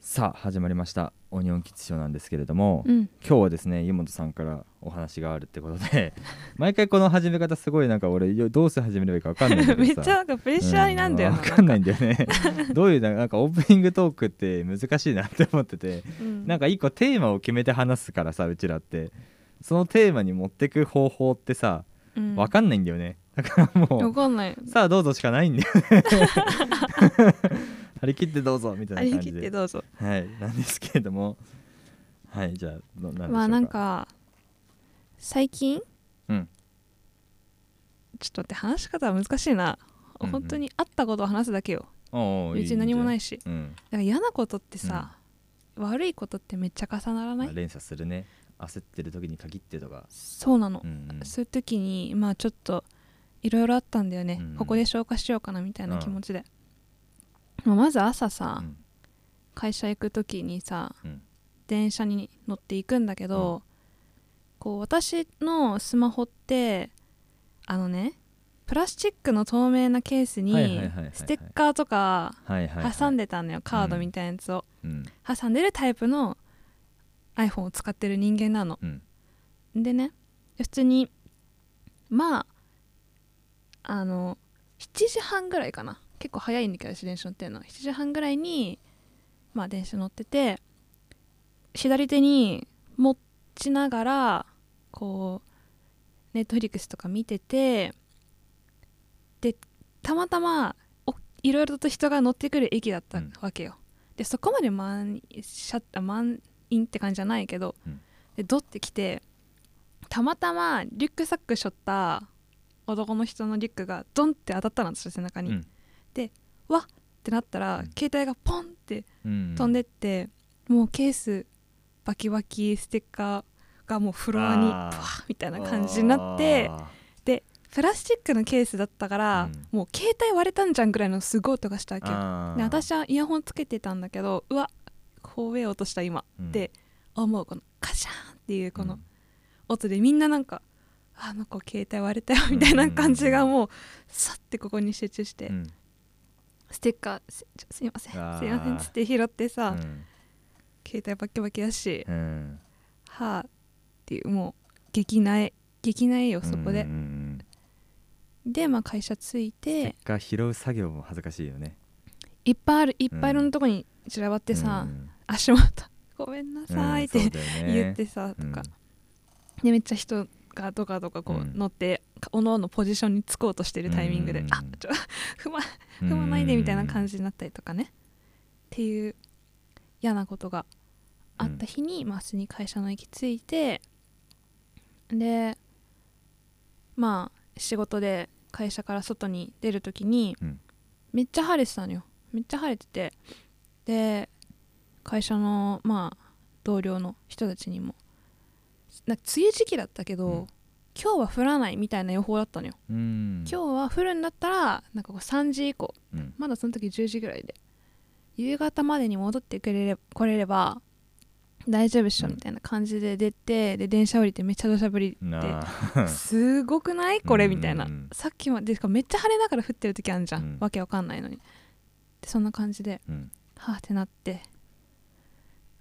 さあ始まりました「オニオンキッズショー」なんですけれども、うん、今日はですね湯本さんからお話があるってこと で毎回この始め方すごいなんか俺よどうして始めればいいか分かんないんだけどめさっちゃなんかプレッシャーになんだよな、分かんないんだよねどういうななんかオープニングトークって難しいなって思っててうんなんか一個テーマを決めて話すからさうちらってそのテーマに持ってく方法ってさうん分かんないんだよね、だからもわうかんないさあどうぞしかないんだ よね張り切ってどうぞみたいな感あじでりきってどうぞはい、なんですけれども。はい、じゃあ、どなんでしょうか。まあなんか最近、うんちょっと待って話し方は難しいな、うんうん本当にあったことを話すだけよおうおう、。別に何もないいしうん、だから嫌なことってさ、悪いことってめっちゃ重ならなまい、あ、連鎖するね。焦ってる時に限ってとか。そうなの、うんうん、そういう時にまあちょっといろいろあったんだよね、うんうんここで消化しようかなみたいな気持ちで、まあまず朝さ、うん会社行く時にさ、うん電車に乗っていくんだけど、うこう私のスマホってあのねプラスチックの透明なケースはいはいはにいはいはいステッカーとかはいはい、はい。挟んでたのよ、カードみたいなやつを、うん、挟んでるタイプの iPhone を使ってる人間なのうん、でね普通にまああの7時半ぐらいかな結構早いんだけど私電車乗ってるの7時半ぐらいにまあ電車乗ってて左手に持ちながらこうネットフリックスとか見ててでたまたまおいろいろと人が乗ってくる駅だったわけよ、でそこまで満車満員って感じじゃないけど、うんでドッて来てたまたまリュックサックしょった男の人のリュックがドンって当たったの私の背中に、うっんてなったら、うん携帯がポンってうん。飛んでって、もうケースバキバキステッカーがもうフロアにあーパーみたいな感じになってあでプラスチックのケースだったから、うもう携帯割れたんじゃんぐらいのすごい音がしたわけよー。で私はイヤホンつけてたんだけどうわ怖え音した今って思うこのカシャーンっていうこの音でみんななんか「あの子携帯割れたよ」みたいな感じがもうさってここに集中して、うん、うん、ステッカーすちょすいませんすいあーませんっつって拾ってさ、うん、携帯バキバキだし、うん、はあっていうもう激なえ激なえよそこでうん、うんうん。でまあ会社着いステてッカー拾う作業も恥ずかしいよね。いっぱいあるいっぱいいろんなとこに散らばってさ「うん足元ごめんなうん、さい」って、うんそうだよね言ってさとか、でめっちゃ人がどかどかこううん乗って、おのおのポジションにつこうとしてるタイミングで、うんあちょ踏まうん、踏まないでみたいな感じ。じになったりとかねっていう嫌なことがあった日に、まあ、普通に会社の駅着いてでまあ仕事で会社から外に出る時に、うんめっちゃ晴れてたのよめっちゃ晴れててで会社のまあ同僚の人たちにもなんか梅雨時期だったけど、うん今日は降らないみたいな予報だったのよ、うん、今日は降るんだったらなんかこう3時以降日、うん、まだその時10時ぐらいで夕方までに戻ってくれれこれれば大丈夫っしょうんみたいな感じで出て、で電車降りてめっちゃ土砂降りなであすごくないこれうんみたいな、うんさっきまでてかめっちゃ晴れながら降ってる時あるじゃん、うんわけわかんないのにでそんな感じでうんはあってなって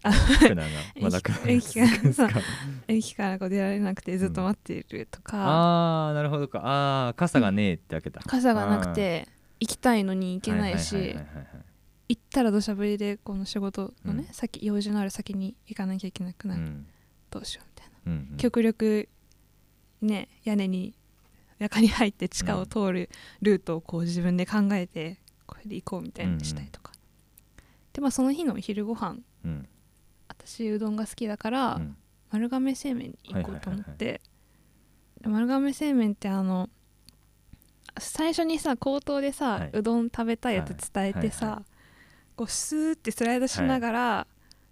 クナがまだクナ駅駅が ですか駅からこう出られなくてずっと待っているとか、あーなるほどかあー傘がねえってわけだ傘がなくて行きたいのに行けないし、はいはいはいはいはいはい行ったら土砂降りでこの仕事のね、うん先用事のある先に行かなきゃいけなくなうる、んどうしようみたいな。うんうん極力ね屋根に中に入って地下を通るルートをこう自分で考えてこれで行こうみたいにしたりとか、でまあその日の昼ご飯うん私うどんが好きだから、うん丸亀製麺に行こうと思はいっはいてで丸亀製麺ってあの最初にさ口頭でさ、はいうどん食べたいやつ伝えてさ、はいはこうスーってスライドしながら、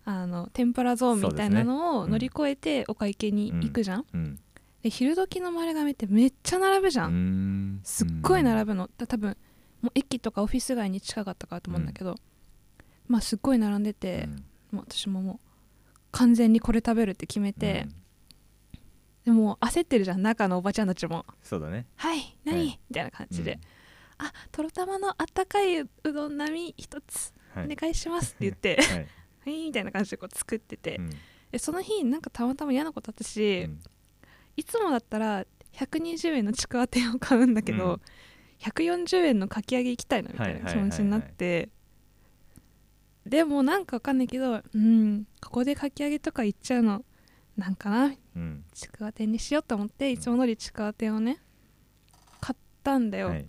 あの天ぷらゾーンみたいなそのうですねうをん乗り越えてお会計に行くじゃん、うんで昼時の丸亀ってめっちゃ並ぶじうゃん、んすっごい並ぶぶのだ多分もう駅とかオフィス街に近かったからと思うんだけど、まあすっごい並んでて、もう私ももう完全にこれ食べるって決めて、でもう焦ってるじゃん中のおばちゃんたちもそうだね「はい何はいみたいな感じで「うんあとろたまのあったかいうどん並一つはおい 願いします」って言って、はいはいみたいな感じでこう作ってて、うんでその日なんかたまたま嫌なことあったし、うんいつもだったら120円のちくわ天を買うんだけうど、ん140円のかき揚げ行きたいなみたいな気持ちになって、でもなんかわかんないけどうんここでかき揚げとか行っちゃうのなんかなうんちくわ天にしようと思っていつも通りちくわ天をね買ったんだよ、はい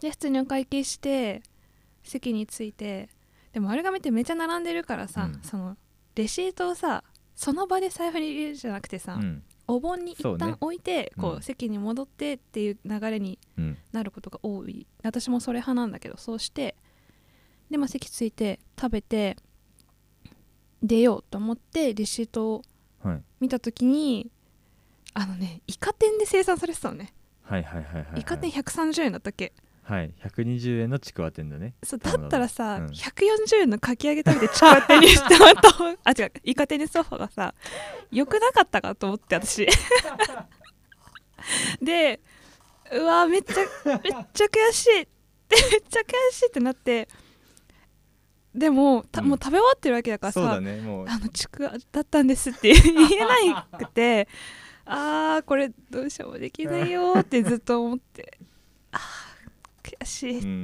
で普通にお会計して席に着いてでも丸亀ってめっちゃ並んでるからさ、うんそのレシートをさその場で財布に入れるじゃなくてさ、うんお盆に一そうね旦置いてこう、うん席に戻ってっていう流れにうんなることが多い私もそれ派なんだけどそうしてで、まあ、席着いて食べて出ようと思ってレシートをはい見た時にあのねイカ天で生産されてたのね、はいはいはいはいはいイカ天130円だったっけはい120円のちくわ店だねそうだったらさ、うん140円のかき揚げ食べてちくわ天にしたと あ違うイカ天にソファがさよくなかったかと思って 私でうわめっちゃめっちゃ悔しいって めっちゃ悔しいってなってでもた、うんもう食べ終わってるわけだからそうださ、ねもうあのちくわだったんですって 言えなくてああこれどうしようもできないよーってずっと思って あー悔しいっうんうんうんう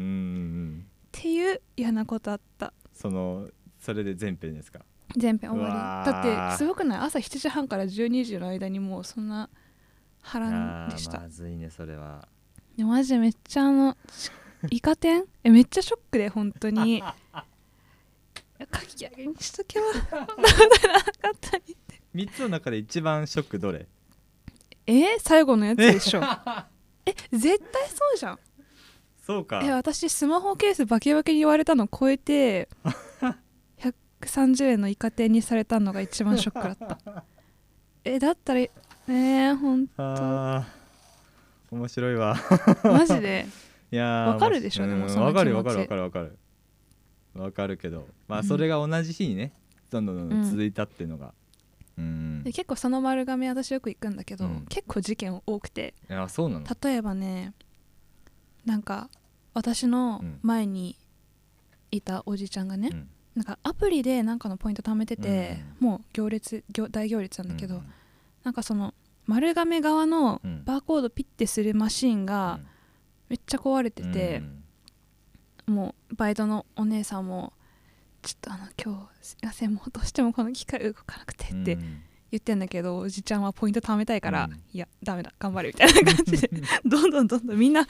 んっていう嫌なことあったそのそれで全編ですか全編終うわわりーだってすごくない朝7時半から12時の間にもうそんな波乱でしたあーまずいねそれはでマジでめっちゃあのしイカ天えめっちゃショックで本 当にいやかき揚げにしとけばそんなことなかったに3つの中で一番ショックどれえ最後のやつでしょえ絶対そうじゃん そうかえ私スマホケースバケバケに言われたの超 えて130円のイカ天にされたのが一番ショックだった えだったらえー、ほんあー面白いわマジで いやーわかるでしょうんでもそのわかる気持わちかるわかるわかるわかるけどまうあんそれが同じ日にねどんどんどんどうんん続いたっていうのがうんで結構その丸亀私よく行くんだけど、うん結構事件多くていやそうなの例えばねなんか私の前にいたおじちゃんがね、うんなんかアプリでなんかのポイント貯めてて、もう行列行大行列なんだけど、うんなんかその丸亀側のうんバーコードピッてするマシーンがめっちゃ壊れててう、んもうバイトのお姉さんも「ちょっとあの今日すいませんもうどうしてもこの機械動かなくて」うんって言ってんだけど、おじちゃんはポイント貯めたいから「うんいやダメだ頑張れ」みたいな感じ でどんどんどんどんみんな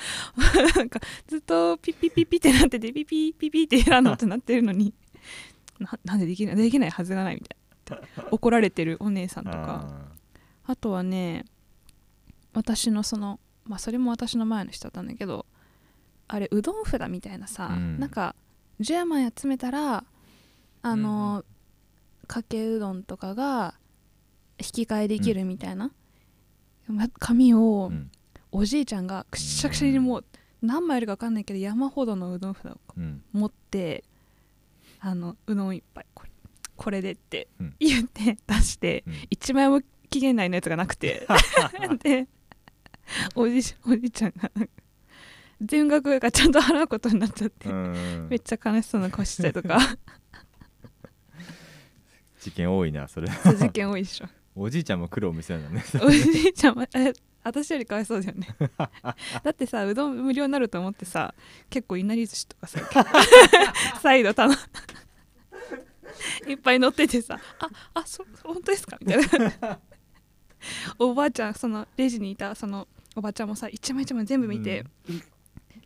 なんかずっとピッピッピッピってなっててピッピッピッピッってやらんのってなってるのにななんでできないできないはずがないみたいな怒られてるお姉さんとか。ああとはね私のそのまあそれも私の前の人だったんだけどあれうどん札みたいなさ、うんなんか10枚集めたらあの、かけうどんとかが引き換えできるみたいな、ま紙ーをうんおじいちゃんがくっしゃくしゃにもう何枚いるか分かんないけど山ほどのうどん札をうん持ってあのうどんいっぱいこれこれでってうん言って出して、うん1枚も期限内のやつがな くてでおじちおじちゃんが全額がちゃんと払うことになっちゃって、うんめっちゃ悲しそうな顔してたりと か事件多いなそれ そう事件多いでしょおじいちゃんも苦労見せるのねおじいちゃんはえ私よりかわいそう だよねだってさうどん無料になると思ってさ結構いなり寿司と かさ再度頼むいっぱい乗っててさああそ本当ですかみたいな おばあちゃんそのレジにいたそのおばあちゃんもさ一枚一枚全部見て、うん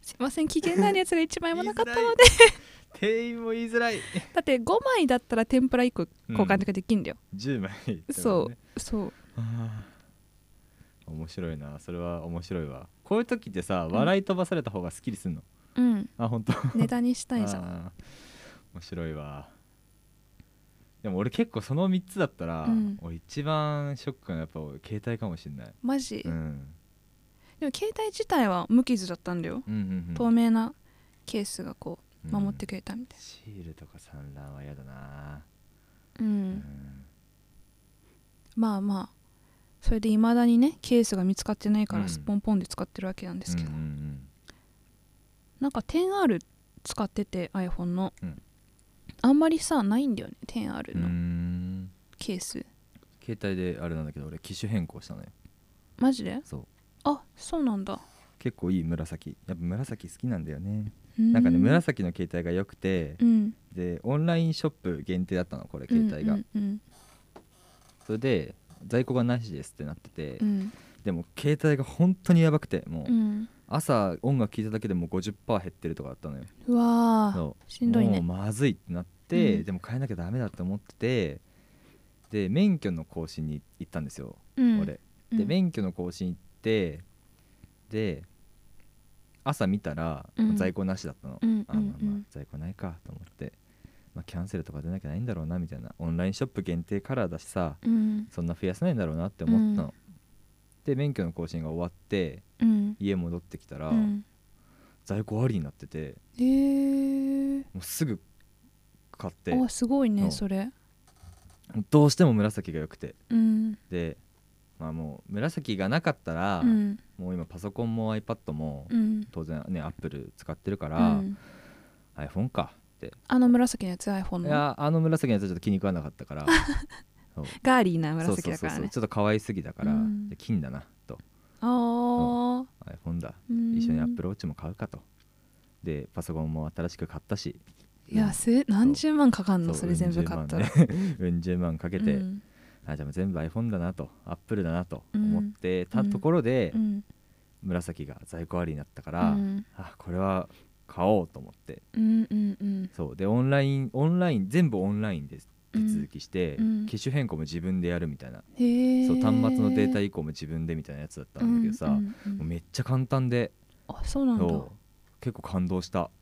すいません期限内のやつが1枚もなかったので店員も言い づらい だって5枚だったら天ぷら1個交換とかできるんだよ、 10枚言ってたもんそねうそうあー面白いなそれは面白いわこういう時ってさ笑い飛ばされた方がスッキリすんの、 うんあ本当ネタにしたいじゃん あー面白いわでも俺結構その3つだったら、うん俺一番ショックなのはやっぱ携帯かもしれない、マジ、うん、でも携帯自体は無傷だったんだよ、うんうんうん透明なケースがこう守っうんてくれたみたいシールとか散乱は嫌だな、な、うんうんまあまあそれでいまだにねケースが見つかってないからうんスポンポンで使ってるわけなんですけど、うんうんなんか 10R 使ってて iPhone の、うんあんまりさないんだよね 10R うーのんケース、携帯であれなんだけど俺機種変更したのよマジでそうあそうなんだ結構いい紫やっぱ紫好きなんだよねななんかね紫の携帯が良くてうんでオンラインショップ限定だったのこれ携帯が、うんうんそれで在庫がなしですってなってて、うんでも携帯が本当にやばくてもう、うん朝音楽聴いただけでもう50%減ってるとかだったのようわーそうしんどいねもうまずいってなって、うんでも変えなきゃダメだって思っててで免許の更新に行ったんですよ、うん俺うでん免許の更新行ってで朝見たら、うん在庫なしだったの、うんあまあまあ、うんうん在庫ないかと思って、まあ、キャンセルとか出なきゃないんだろうなみたいなオンラインショップ限定カラーだしさうんそんな増やせないんだろうなって思ったの、うんで免許の更新が終わってうん家戻ってきたら、うん在庫ありになっててへーもうすぐ買ってあすごいそねうそれどうしても紫が良くてうんでまあもう紫がなかったら、うんもう今パソコンも iPad もうん当然ね Apple 使ってるかうら、ん iPhone かって、あの紫のやつ iPhone いのやあの紫のやつはちょっと気に食わなかったからそうガーリーなそうそ紫うだそかうらそうねちょっと可愛すぎだから、うんで金だなとああ iPhone だ一一緒に Apple Watch も買うかとでパソコンも新しく買ったしいやす何十万かかんのうそれ全部買ったらうん十万,、ね、 うん十万かけて、うんあじゃあもう全部 iPhone だなと Apple だなと思ってたところで、うん紫が在庫ありになったから、うんあこれは買おうと思ってうんうんうんそうでオンラインオンライン全部オンラインで手続きして、うん機種変更も自分でやるみたいな、へえそう端末のデータ移行も自分でみたいなやつだったんだけどさ、うんうんうもうんめっちゃ簡単であそうなんだそう結構感動した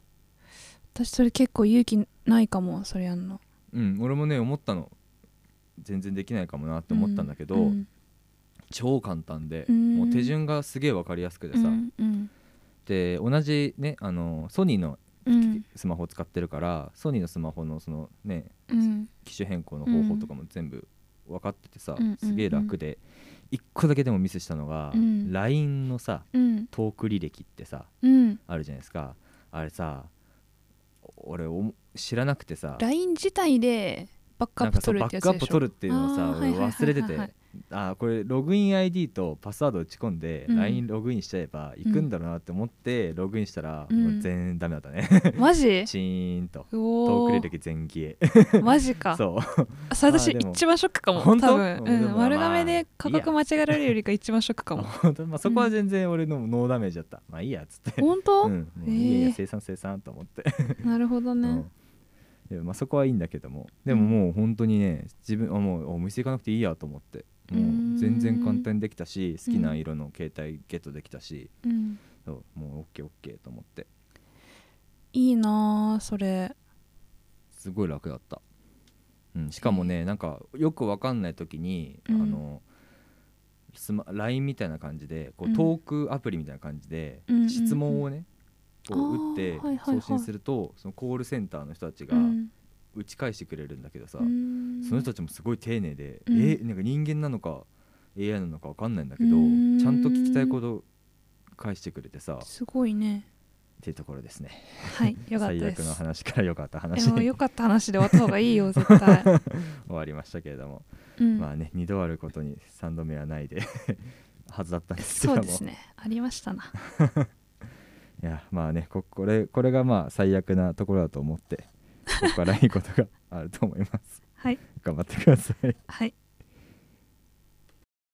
私それ結構勇気ないかもそれやんのうん俺もね思ったの全然できないかもなって思ったんだけど、うん超簡単で、うんもう手順がすげえ分かりやすくてさ、うんうんで同じねあのソニーのうんスマホを使ってるから、ソニーのスマホのそのねうん機種変更の方法とかも全部分かっててさ、うんすげえ楽で一個だけでもミスしたのが、うん LINE のさうんトーク履歴ってさうんあるじゃないですかあれさ俺おも知らなくてさ LINE 自体でバックアなッんかプそ取うるバってッやクアつップでしょ取るっていうのをあさー俺忘れてはいはいはいはいはていあーこれログイン ID とパスワード打ち込んで、うん LINE ログインしちゃえば行くんだろうなって思ってログインしたら、うんもう全然ダメだったね マジチーンとトおークー履歴全消えマジ かそうあそれ私あーでも一番ショックかも本当多分うんでもうん丸亀まあで価格間違えられるよりか一番ショック かも本当まあ、そこは全然俺のノーダメージだった、まあいいやっつって本う当ん、もういやいへやえ生産生産と思って、なるほどうねんでまあ、そこはいいんだけどもでももう本当にね自分あもうお店行かなくていいやと思ってもう全然簡単にできたし好きな色の携帯ゲットできたし、うんそうもう OKOK と思っていいなあそれすごい楽だった、うん、しかもねなんかよくわかんない時に、うんあのスマ LINE みたいな感じでこううんトークアプリみたいな感じで、うんうんうん質問をねこう打っあてーはいはいはい送信すると、そのコールセンターの人たちがうん打ち返してくれるんだけどさ、うんその人たちもすごい丁寧で、うんえなんか人間なのか AI なのかわかんないんだけど、うんちゃんと聞きたいこと返してくれてさっすごいねていうところですねはいよかった 最で悪すの話から良かった話でにも終よかった話で終わった方がいいよ 絶対、わりましたけれども。うんまあね2度あることに3度目はないで はずだったんですけそども、うですねありましたないやまあねここれこれがまあ最悪なところだと思ってここからいいことがあると思いますはい頑張ってくださいはい